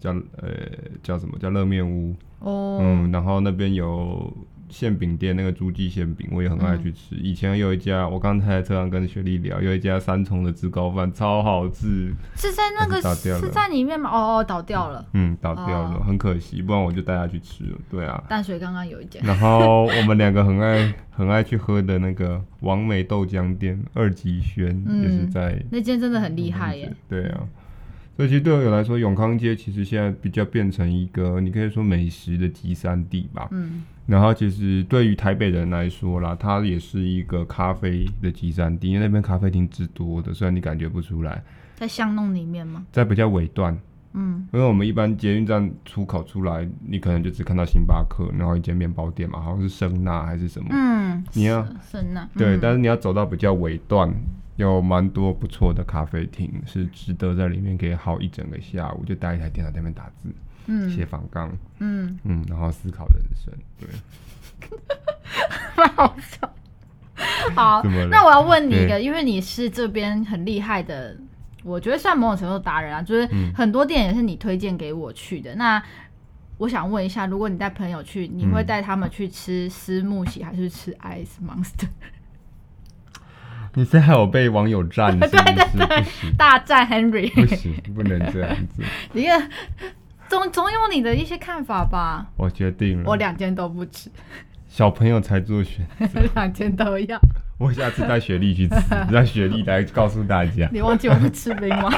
S2: 叫呃叫什么叫热面屋，
S1: 哦，
S2: 嗯，然后那边有馅饼店，那个朱记馅饼我也很爱
S1: 嗯
S2: 去吃。以前有一家，我刚才在车上跟雪莉聊，有一家三重的自高饭超好吃，
S1: 是在那个
S2: 还是倒掉了
S1: 是在里面吗？哦哦，倒掉了。
S2: 嗯，倒掉了，
S1: 哦
S2: 很可惜，不然我就带她去吃了。对啊，
S1: 淡水刚刚有一间，
S2: 然后我们两个很爱很爱去喝的那个王美豆浆店二级轩、也是
S1: 嗯
S2: 在
S1: 那间真的很厉害耶。
S2: 对啊，所以其实对我来说，永康街其实现在比较变成一个你可以说美食的集散地吧。
S1: 嗯
S2: 然后其实对于台北人来说啦，它也是一个咖啡的集散地，因为那边咖啡厅之多的，虽然你感觉不出来，
S1: 在巷弄里面吗？
S2: 在比较尾段，
S1: 嗯，
S2: 因为我们一般捷运站出口出来，你可能就只看到星巴克，然后一间面包店嘛，好像是生纳还是什么，
S1: 嗯，
S2: 你要
S1: 神呐，
S2: 对，
S1: 嗯
S2: 但是你要走到比较尾段。有蛮多不错的咖啡厅，是值得在里面给耗一整个下午，就带一台电脑在那边打字、写
S1: 嗯
S2: 仿纲，
S1: 嗯，
S2: 嗯，然后思考人生。对，
S1: 好笑。好
S2: 怎么了，
S1: 那我要问你一个，因为你是这边很厉害的，我觉得算某种程度达人啊，就是很多店也是你推荐给我去的。那我想问一下，如果你带朋友去，你会带他们去吃思慕喜还是吃 Ice Monster
S2: 你现在害我被网友站，是不是？不行
S1: 大战 Henry？
S2: 不行，不能这样子。
S1: 你看，总总有你的一些看法吧。
S2: 我决定了，
S1: 我两间都不吃，
S2: 小朋友才做选，
S1: 两间都要。
S2: 我下次带雪莉去吃，让雪莉来告诉 大家。
S1: 你忘记我们吃冰 吗？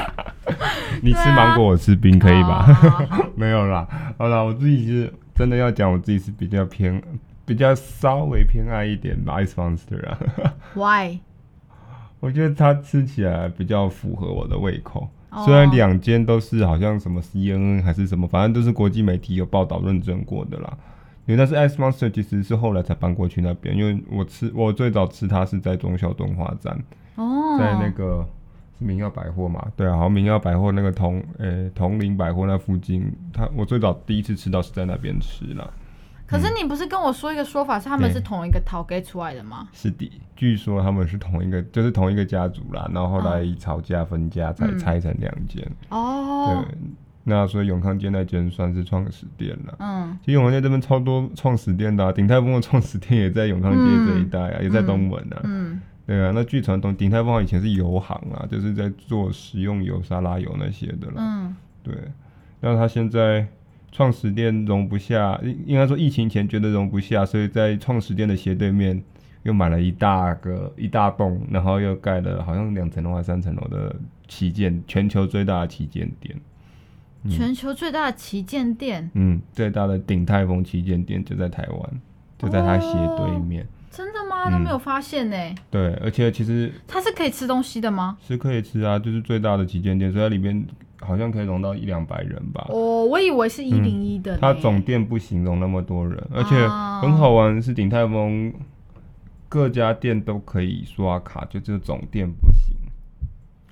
S2: 你吃芒果，我吃冰，可以吧？
S1: 吧？
S2: 没有啦，好啦，我自己是真的要讲，我自己是比较偏，比较稍微偏爱一点吧，Ice Monster 啊。
S1: Why？
S2: 我觉得它吃起来比较符合我的胃口。
S1: 哦
S2: 虽然两间都是好像什么 CNN 还是什么，反正都是国际媒体有报道认证过的啦。因为但是 Ice Monster 其实是后来才搬过去那边，因为我吃我最早吃它是在中校敦化站，
S1: 哦，
S2: 在那个嗯是明耀百货嘛，对啊，好像明耀百货那个同呃、同林百货那附近，它我最早第一次吃到是在那边吃啦。
S1: 可是你不是跟我说一个说法是他们是同一个陶给出来的吗？
S2: 是的，据说他们是同一个，就是同一个家族啦，然后后来吵架分家才
S1: 哦嗯
S2: 拆成两间。
S1: 哦，
S2: 对，那所以永康街那间算是创始店了。
S1: 嗯，
S2: 其实永康街这边超多创始店的、啊，鼎泰丰的创始店也在永康街这一带啊，也在东门啊。
S1: 嗯，
S2: 对啊，那据传统鼎泰丰好像以前是油行啊，就是在做食用油、沙拉油那些的啦。
S1: 嗯，
S2: 对，那他现在创始店容不下，应应该说疫情前觉得容不下，所以在创始店的斜对面又买了一大个一大栋，然后又盖了好像两层楼还是三层楼的旗舰，全球最大的旗舰店。
S1: 全球最大的旗舰店，
S2: 嗯，最大的鼎泰丰旗舰店就在台湾，就在它斜对面。
S1: 真的
S2: 嗯
S1: 吗？都没有发现呢、
S2: 对，而且其实
S1: 它是可以吃东西的吗？
S2: 是可以吃啊，就是最大的旗舰店，所以它里面好像可以容到一两百人吧。
S1: 哦，我以为是一零一的呢、
S2: 啊嗯它总店不形容那么多人，而且
S1: 哦
S2: 很好玩的是鼎泰丰各家店都可以刷卡，就只有总店不行。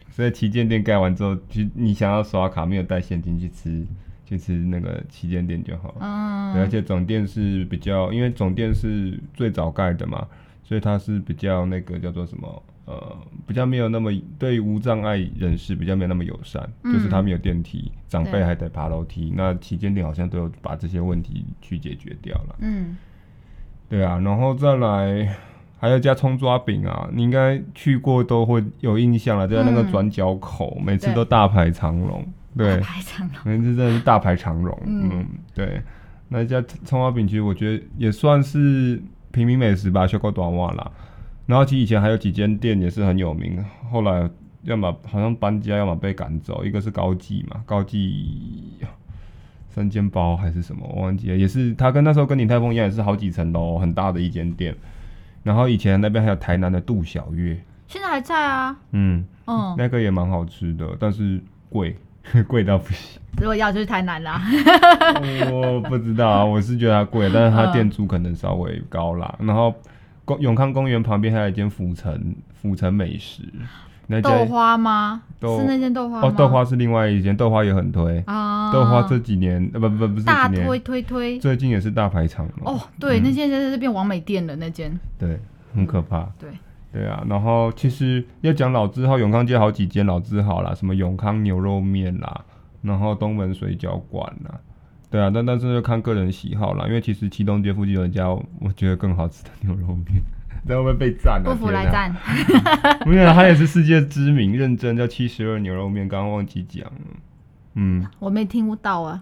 S2: 所以旗舰店盖完之后，其实你想要刷卡，没有带现金去吃，去吃那个旗舰店就好了。对而
S1: 嗯，
S2: 且总店是比较，因为总店是最早盖的嘛，所以它是比较那个叫做什么，呃，比较没有那么对无障碍人士比较没有那么友善，就是他们有电梯，长
S1: 嗯对
S2: 辈还得爬楼梯。那旗舰店好像都有把这些问题去解决掉了。
S1: 嗯，
S2: 对啊，然后再来还有一家葱抓饼啊，你应该去过都会有印象了，就在那个
S1: 嗯
S2: 转角口，每次
S1: 对
S2: 都大排长龙。
S1: 大，
S2: 对
S1: 排长龙，
S2: 反正这真的是大排长龙。
S1: 嗯
S2: 嗯对。那家葱花饼其实我觉得也算是平民美食吧，修够短袜啦。然后其实以前还有几间店也是很有名，后来要么好像搬家，要么被赶走。一个是高记嘛，高记三间包还是什么，我忘记了。也是他跟那时候跟鼎泰丰一样，也是好几层楼，很大的一间店。然后以前那边还有台南的杜小月，
S1: 现在还在啊。
S2: 嗯，
S1: 嗯，
S2: 那个也蛮好吃的，但是贵， 贵到不行。
S1: 如果要就是台南啦。
S2: 我不知道啊，我是觉得它贵，但是它店租可能稍微高啦。
S1: 嗯
S2: 然后公永康公园旁边还有一间府城府城美食，那家
S1: 豆花吗？
S2: 豆
S1: 是那间豆花吗？
S2: 哦豆花是另外一间，豆花也很推。
S1: 啊，
S2: 豆花这几年嗯呃不不不是
S1: 大
S2: 几
S1: 推
S2: 年，
S1: 推推。
S2: 最近也是大排长龙，
S1: 哦，对，那间现在是变完美店了，那间
S2: 对，很可怕。
S1: 对，
S2: 对啊，然后其实要讲老字号，永康街好几间老字号啦，什么永康牛肉面啦，然后东门水饺馆啦，对啊，但但是就看个人喜好啦，因为其实七东街附近有一家我觉得更好吃的牛肉面， 在会不会被赞啊？
S1: 不服
S2: 天
S1: 来
S2: 啊！
S1: 战。
S2: 没有，它也是世界知名，认真叫七十二牛肉面，刚刚忘记讲了。嗯
S1: 我没听到啊，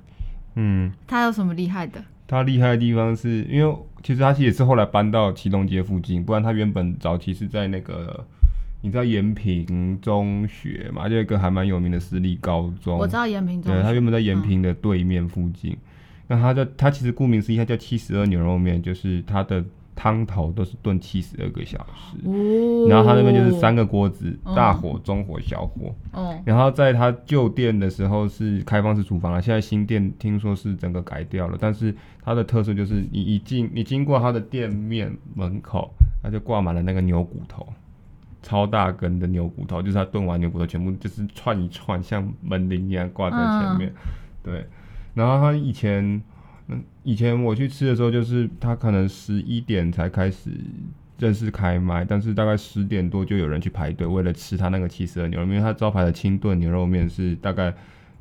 S2: 嗯，
S1: 它有什么厉害的？
S2: 它厉害的地方是因为其实它也是后来搬到七东街附近，不然它原本早期是在那个你知道延平中学嘛，就有一个还蛮有名的私立高中，
S1: 我知道延平中
S2: 对，它
S1: 学，
S2: 原本在延平的对面附近。那它叫它其实顾名思义，它叫七十二牛肉面，就是它的汤头都是炖七十二个小时。
S1: 哦，
S2: 然后它那边就是三，个锅子，
S1: 嗯
S2: 大火、中火、小火。
S1: 哦，
S2: 然后在它旧店的时候是开放式厨房了，现在新店听说是整个改掉了，但是它的特色就是你一进你经过它的店面门口，它就挂满了那个牛骨头，超大根的牛骨头，就是它炖完牛骨头全部就是串一串，像门铃一样挂在前面，对。然后它以前，嗯，以前我去吃的时候，就是它可能十一点才开始正式开卖，但是大概十点多就有人去排队，为了吃它那个七十二牛肉面，因为它招牌的清炖牛肉面是大概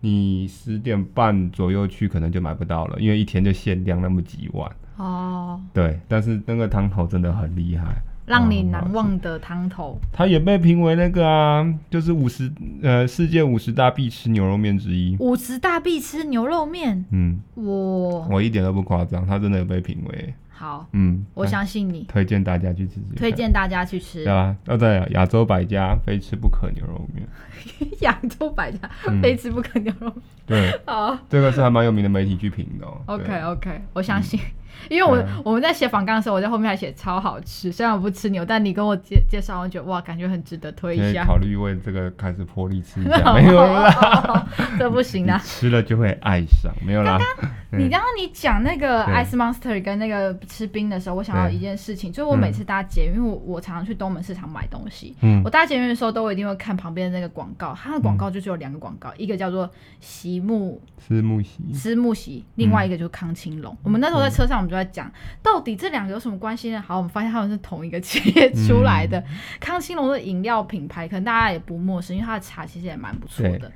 S2: 你十点半左右去可能就买不到了，因为一天就限量那么几碗。
S1: 哦，
S2: 对，但是那个汤头真的很厉害。
S1: 让你难忘的汤头，
S2: 它也被评为那个啊，就是五十呃世界五十大必吃牛肉面之一。
S1: 五十大必吃牛肉面，
S2: 嗯，
S1: 我
S2: 我一点都不夸张，它真的有被评为。
S1: 好，
S2: 嗯，
S1: 我想信你，
S2: 推荐大家去吃吃看。
S1: 推荐大家去吃
S2: 哎对啊，哦对啊，亚洲百家非吃不可牛肉面。
S1: 亚洲百家
S2: 嗯
S1: 非吃不可牛肉面。
S2: 对，
S1: 好
S2: 这个是还蛮有名的媒体去评的、哦。对
S1: ，OK OK，我相信。 因为我、
S2: 嗯
S1: 我们在写访纲的时候，我在后面还写超好吃，虽然我不吃牛，但你跟我介介绍，我觉得哇，感觉很值得推
S2: 可
S1: 一
S2: 以
S1: 下。
S2: 考虑为这个开始破例吃一
S1: 好
S2: 下，没有啦，
S1: 这不行啦
S2: 你。吃了就会爱上，没有啦。
S1: 你刚刚你讲那个
S2: 对
S1: Ice Monster 跟那个吃冰的时候，我想到
S2: 对
S1: 一件事情，就是我
S2: 嗯
S1: 每次搭捷运，因为我我常常去东门市场买东西，
S2: 嗯
S1: 我搭捷运的时候都一定会看旁边的那个广告，它的广告就只有两个广告，一个叫做席木
S2: 吃木席，
S1: 思木席，另外一个就是康青
S2: 嗯
S1: 龙。我们那时候在车上，我们就在讲，到底这两个有什么关系呢？好，我们发现他们是同一个企业出来
S2: 嗯
S1: 的。康青龙的饮料品牌，可能大家也不陌生，因为它的茶其实也蛮不错的
S2: 对。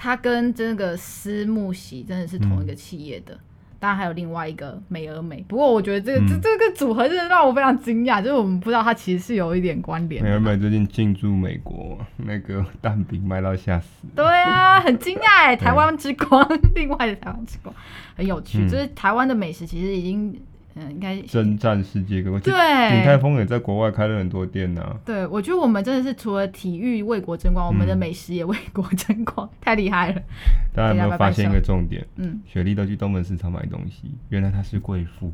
S1: 它跟这个思木席真的是同一个企业的。当然还有另外一个美而美，不过我觉得这个、
S2: 嗯
S1: 这这个组合真的让我非常惊讶，就是我们不知道它其实是有一点关联
S2: 美
S1: 的。
S2: 而美最近进驻美国，那个蛋饼卖到吓死。
S1: 对啊，很惊讶哎，
S2: 对
S1: 台湾之光， 另外的台湾之光，很有趣。
S2: 嗯
S1: 就是台湾的美食其实已经，嗯，应该
S2: 征战世界各国。
S1: 对
S2: 鼎泰丰也在国外开了很多店啊呐、
S1: 对，我觉得我们真的是除了体育为国争光，我们的美食也为国争光，太厉害了。
S2: 大家有没有发现一个重点？
S1: 嗯，
S2: 雪莉都去东门市场买东西，原来她是贵妇。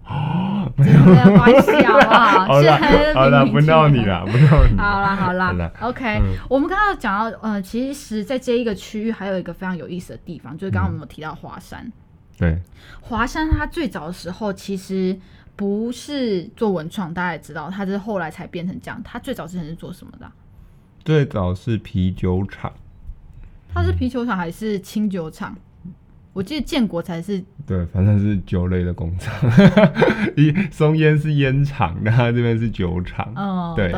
S1: 真的关系好不好？ 哦
S2: 好
S1: 啊 是
S2: 啦
S1: 很，
S2: 好啦，不闹你。 啦，不闹你
S1: 好
S2: 啦。
S1: 啦，好啦
S2: 好啦
S1: o k
S2: 嗯
S1: 我们刚刚有讲到，呃，其实在这一个区域还有一个非常有意思的地方，就是刚刚我们有提到华山。
S2: 对，
S1: 华山它最早的时候其实不是做文创，大家也知道，它是后来才变成这样。它最早之前是做什么的啊、
S2: 最早是啤酒厂，
S1: 它是啤酒厂还是清酒厂？我记得建国才是
S2: 对，反正是酒类的工厂。 一松烟是烟厂，那它这边是酒厂。
S1: 嗯，
S2: 对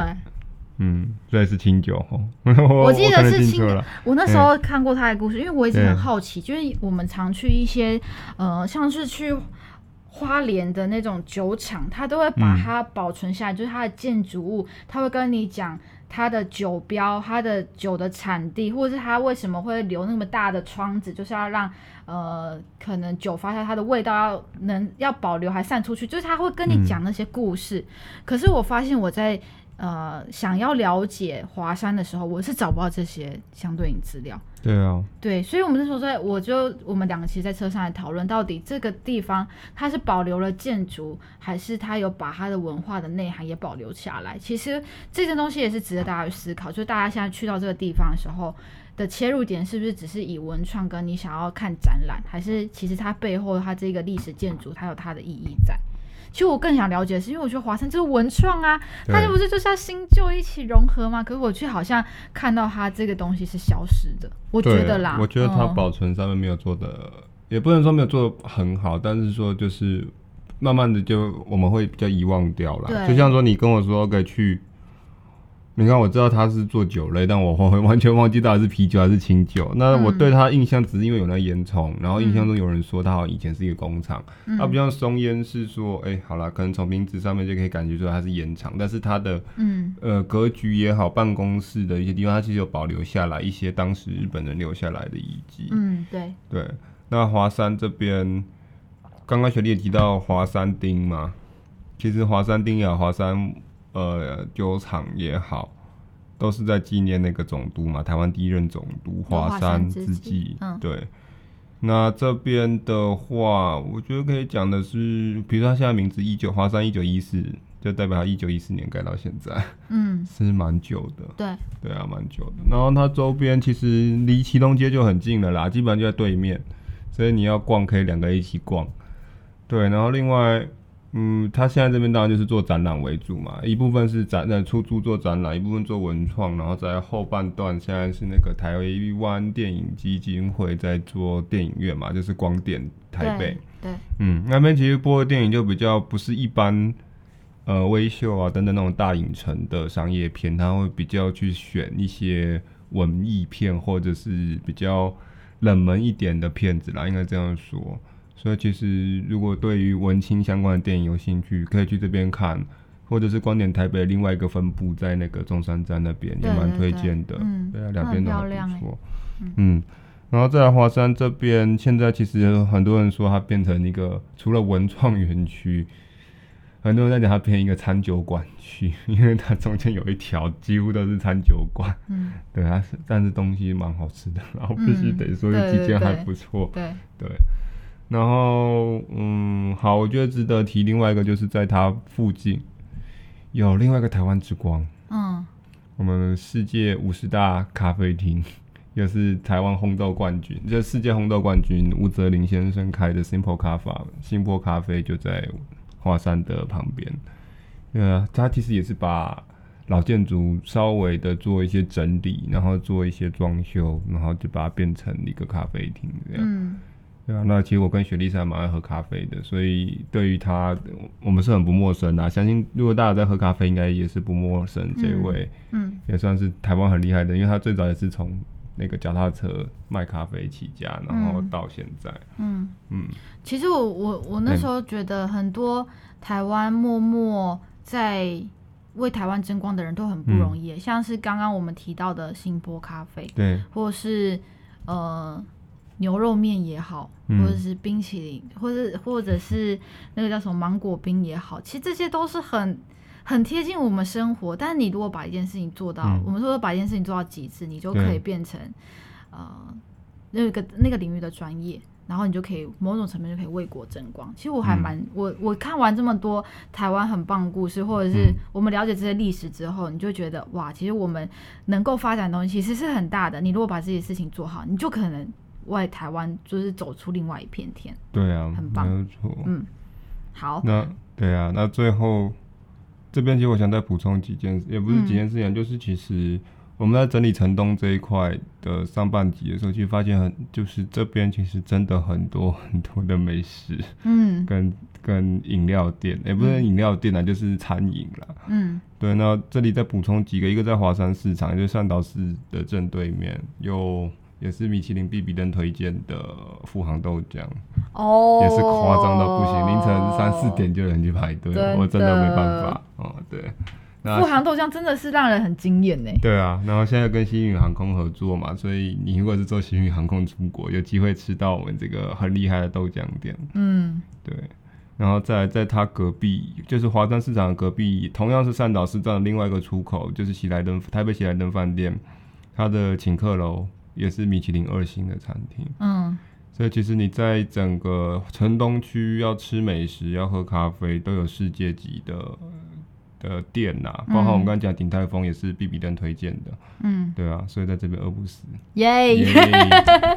S2: 嗯，所以是清酒哦。 我
S1: 我记
S2: 可
S1: 得
S2: 能
S1: 是
S2: 进
S1: 清
S2: 错了。
S1: 我那时候看过他的故事，因为我一直
S2: 对
S1: 很好奇，就是我们常去一些呃，像是去花莲的那种酒厂，他都会把
S2: 嗯
S1: 它保存下来，就是它的建筑物，他会跟你讲。它的酒标、它的酒的产地，或者是它为什么会留那么大的窗子，就是要让呃，可能酒发酵它的味道要能要保留还散出去，就是他会跟你讲那些故事。可是我发现我在呃想要了解华山的时候，我是找不到这些相对应资料。
S2: 对啊，
S1: 对，所以我们那时候在，我就我们两个其实，在车上来讨论到底这个地方它是保留了建筑，还是它有把它的文化的内涵也保留下来。其实这件东西也是值得大家去思考，就是大家现在去到这个地方的时候的切入点，是不是只是以文创跟你想要看展览，还是其实它背后它这个历史建筑它有它的意义在。其实我更想了解的是，因为我觉得华山就是文创啊，它
S2: 对
S1: 就不是就是要新旧一起融合吗？可是我却好像看到它这个东西是消失的，我觉
S2: 对，
S1: 得啦，
S2: 我觉得它
S1: 嗯
S2: 保存上面没有做的，也不能说没有做的很好，但是说就是慢慢的就我们会比较遗忘掉
S1: 对
S2: 了。就像说你跟我说可以去，你看我知道它是做酒类，但我会完全忘记到底是啤酒还是清酒。
S1: 嗯
S2: 那我对它印象只是因为有那烟囱，然后印象中有人说它好像以前是一个工厂，
S1: 嗯
S2: 它、不像松烟是说，哎、好了，可能从名字上面就可以感觉出它是烟厂，但是它的
S1: 嗯
S2: 呃格局也好，办公室的一些地方，它其实有保留下来一些当时日本人留下来的遗迹。
S1: 嗯，对，
S2: 对，那华山这边，刚刚学弟也提到华山町嘛，其实华山町也好，华山呃酒厂也好，都是在纪念那个总督嘛，台湾第一任总督华山之
S1: 华山之
S2: 际
S1: 际。嗯
S2: 对。那这边的话，我觉得可以讲的是，比如说他现在名字一九华山一九一四，就代表他一九一四年盖到现在，
S1: 嗯
S2: 是蛮久的。
S1: 对，
S2: 对啊，蛮久的。然后它周边其实离祁隆街就很近了啦，基本上就在对面，所以你要逛可以两个一起逛。对，然后另外，嗯，它现在这边当然就是做展览为主嘛，一部分是展呃出租做展览，一部分做文创，然后在后半段现在是那个台湾电影基金会在做电影院嘛，就是光电台北。
S1: 对，
S2: 嗯，那边其实播的电影就比较不是一般，呃，微秀啊等等那种大影城的商业片，它会比较去选一些文艺片或者是比较冷门一点的片子啦，应该这样说。所以其实如果对于文青相关的电影有兴趣，可以去这边看，或者是光点台北另外一个分部在那个中山站那边，也
S1: 对
S2: 蛮
S1: 对
S2: 推
S1: 对
S2: 荐的。
S1: 嗯
S2: 对啊，
S1: 那
S2: 两
S1: 很
S2: 边都
S1: 漂
S2: 还不
S1: 亮欸
S2: 错。嗯，然后再来华山这边，现在其实有很多人说它变成一个除了文创园区，很多人在讲它变成一个餐酒馆区， 因为它中间有一条几乎都是餐酒馆。
S1: 嗯
S2: 对，它是但是东西蛮好吃的，然后必须
S1: 嗯
S2: 得说
S1: 对
S2: 有几
S1: 对
S2: 间还
S1: 对
S2: 不错。
S1: 对，
S2: 对，然后，嗯，好，我觉得值得提另外一个，就是在它附近有另外一个台湾之光，
S1: 嗯，
S2: 我们世界五十大咖啡厅， 也是台湾烘豆冠军，这世界烘豆冠军吴泽林先生开的 Simple 咖啡，新波咖啡就在华山的旁边。呃，他其实也是把老建筑稍微的做一些整理，然后做一些装修，然后就把它变成一个咖啡厅这样。
S1: 嗯，
S2: 对啊，那其实我跟雪莉是还蛮爱喝咖啡的，所以对于他，我们是很不陌生啊。相信如果大家在喝咖啡，应该也是不陌生。这位、
S1: 嗯，
S2: 也算是台湾很厉害的，因为他最早也是从那个脚踏车卖咖啡起家，然后到现在，
S1: 嗯，
S2: 嗯，
S1: 其实我我我那时候觉得很多台湾默默在为台湾争光的人都很不
S2: 嗯
S1: 容易耶，像是刚刚我们提到的新波咖啡，
S2: 对，
S1: 或是呃牛肉面也好，
S2: 嗯
S1: 或者是冰淇淋，或者或者是那个叫什么芒果冰也好，其实这些都是很很贴近我们生活。但你如果把一件事情做到，
S2: 嗯
S1: 我们说把一件事情做到极致，你就
S2: 对
S1: 可以变成呃那个那个领域的专业。然后你就可以某种层面就可以为国争光。其实我还
S2: 嗯
S1: 蛮、我我看完这么多台湾很棒的故事，或者是
S2: 嗯
S1: 我们了解这些历史之后，你就觉得哇，其实我们能够发展的东西其实是很大的。你如果把自己的事情做好，你就可能为台湾就是走出另外一片天。
S2: 对啊，
S1: 很棒
S2: 没有错。
S1: 嗯，好，
S2: 那对啊，那最后这边其实我想再补充几件，也不是几件事情啊，就是其实我们在整理城东这一块的上半集的时候，其实发现很，就是这边其实真的很多 很多的美食
S1: 嗯
S2: 跟跟饮料店，也、不是饮料店啊，就是餐饮啦。
S1: 嗯
S2: 对，那这里再补充几个，一个在华山市场，也就是善导市的正对面，有也是米其林必比登推荐的富航豆浆。
S1: 哦，
S2: 也是夸张到不行，凌晨三四。点就有人去排队，
S1: 真
S2: 我真的没办
S1: 的
S2: 法。哦，对，啊
S1: 富
S2: 那
S1: 航豆浆真的是让人很惊艳呢。
S2: 对啊，然后现在跟星宇航空合作嘛，所以你如果是坐星宇航空出国，有机会吃到我们这个很厉害的豆浆店。
S1: 嗯
S2: 对，然后再来在它隔壁，就是华山市场的隔壁，同样是善导市站的另外一个出口，就是喜来登台北喜来登饭店，它的请客楼也是米其林二星的餐厅。
S1: 嗯
S2: 所以其实你在整个城东区要吃美食、要喝咖啡，都有世界级的
S1: 嗯
S2: 的店呐、包含我们刚才讲鼎泰丰也是必比登推荐的，
S1: 嗯，
S2: 对啊，所以在这边饿不死。耶
S1: 耶！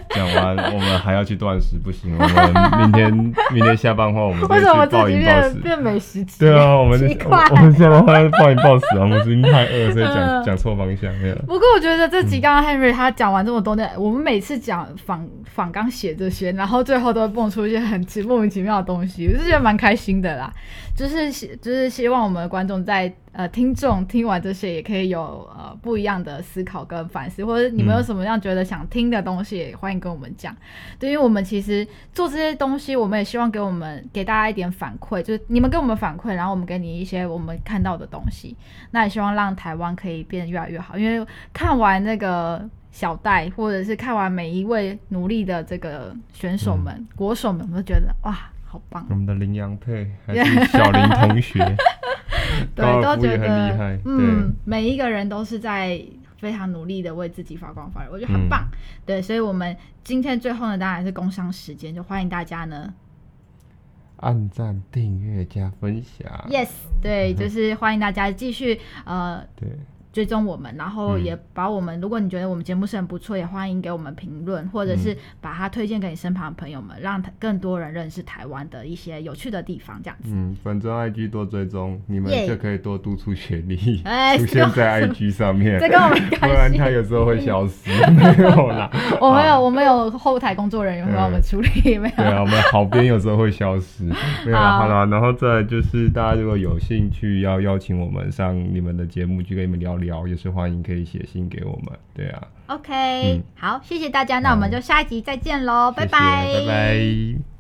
S2: 讲完，我们还要去断食，不行，我们明天明天下班后我们 再
S1: 为什么
S2: 去
S1: 这
S2: 暴
S1: 集
S2: 饮暴
S1: 变
S2: 食。
S1: 变美食节？
S2: 对啊，我们
S1: 奇
S2: 我
S1: 怪
S2: 我们下班后要暴饮暴食 啊，我们最近太饿，所以讲
S1: 嗯
S2: 讲错方向了。
S1: 不过我觉得这集刚刚 Henry 他讲完这么多的，我们每次讲仿仿刚写这些，然后最后都会蹦出一些很奇莫名其妙的东西，我就觉得蛮开心的啦。就是希就是希望我们的观众在呃听众听完这些也可以有呃不一样的思考跟反思，或者你们有什么样觉得想听的东西，也欢迎跟我们讲。对，因为我们其实做这些东西，我们也希望给我们给大家一点反馈，就是你们给我们反馈，然后我们给你一些我们看到的东西。那也希望让台湾可以变得越来越好，因为看完那个小戴，或者是看完每一位努力的这个选手
S2: 嗯
S1: 们、国手们，我都觉得哇，好棒
S2: 我！们的羚羊配还 是小林同学，
S1: 对
S2: 高，尔
S1: 都
S2: 夫
S1: 觉
S2: 也很厉害
S1: 得，
S2: 对
S1: 嗯，每一个人都是在非常努力的为自己发光发热，我觉得
S2: 嗯
S1: 很棒。对，所以我们今天最后呢，当然是工商时间，就欢迎大家呢
S2: 按赞、订阅、加分享。
S1: ，yes，对，
S2: 嗯
S1: 就是欢迎大家继续呃
S2: 对，
S1: 追踪我们，然后
S2: 嗯
S1: 也把我们，如果你觉得我们节目是很不错，也欢迎给我们评论，或者
S2: 嗯
S1: 是把它推荐给你身旁的朋友们，让更多人认识台湾的一些有趣的地方，这样子。
S2: 嗯，本周 IG 多追踪，你们
S1: 耶
S2: 就可以多督促学历、
S1: 哎
S2: 出现 在 IG 上面，
S1: 这跟 我没
S2: 不
S1: 关
S2: 然
S1: 系，
S2: 它有时候会消失。没有啦，
S1: 我们有我们有后台工作人员会帮我们处理，没
S2: 啊嗯对
S1: 有？
S2: 啊，我们好编有时候会 消失。没有啦，
S1: 好
S2: 好啦，然后再来就是大家如果有兴趣要邀请我们上你们的节目去跟你们聊聊，也是欢迎可以写信给我们。对啊，
S1: OK，、
S2: 嗯
S1: 好，谢谢大家，那我们就下一集再见喽，
S2: 谢谢拜拜。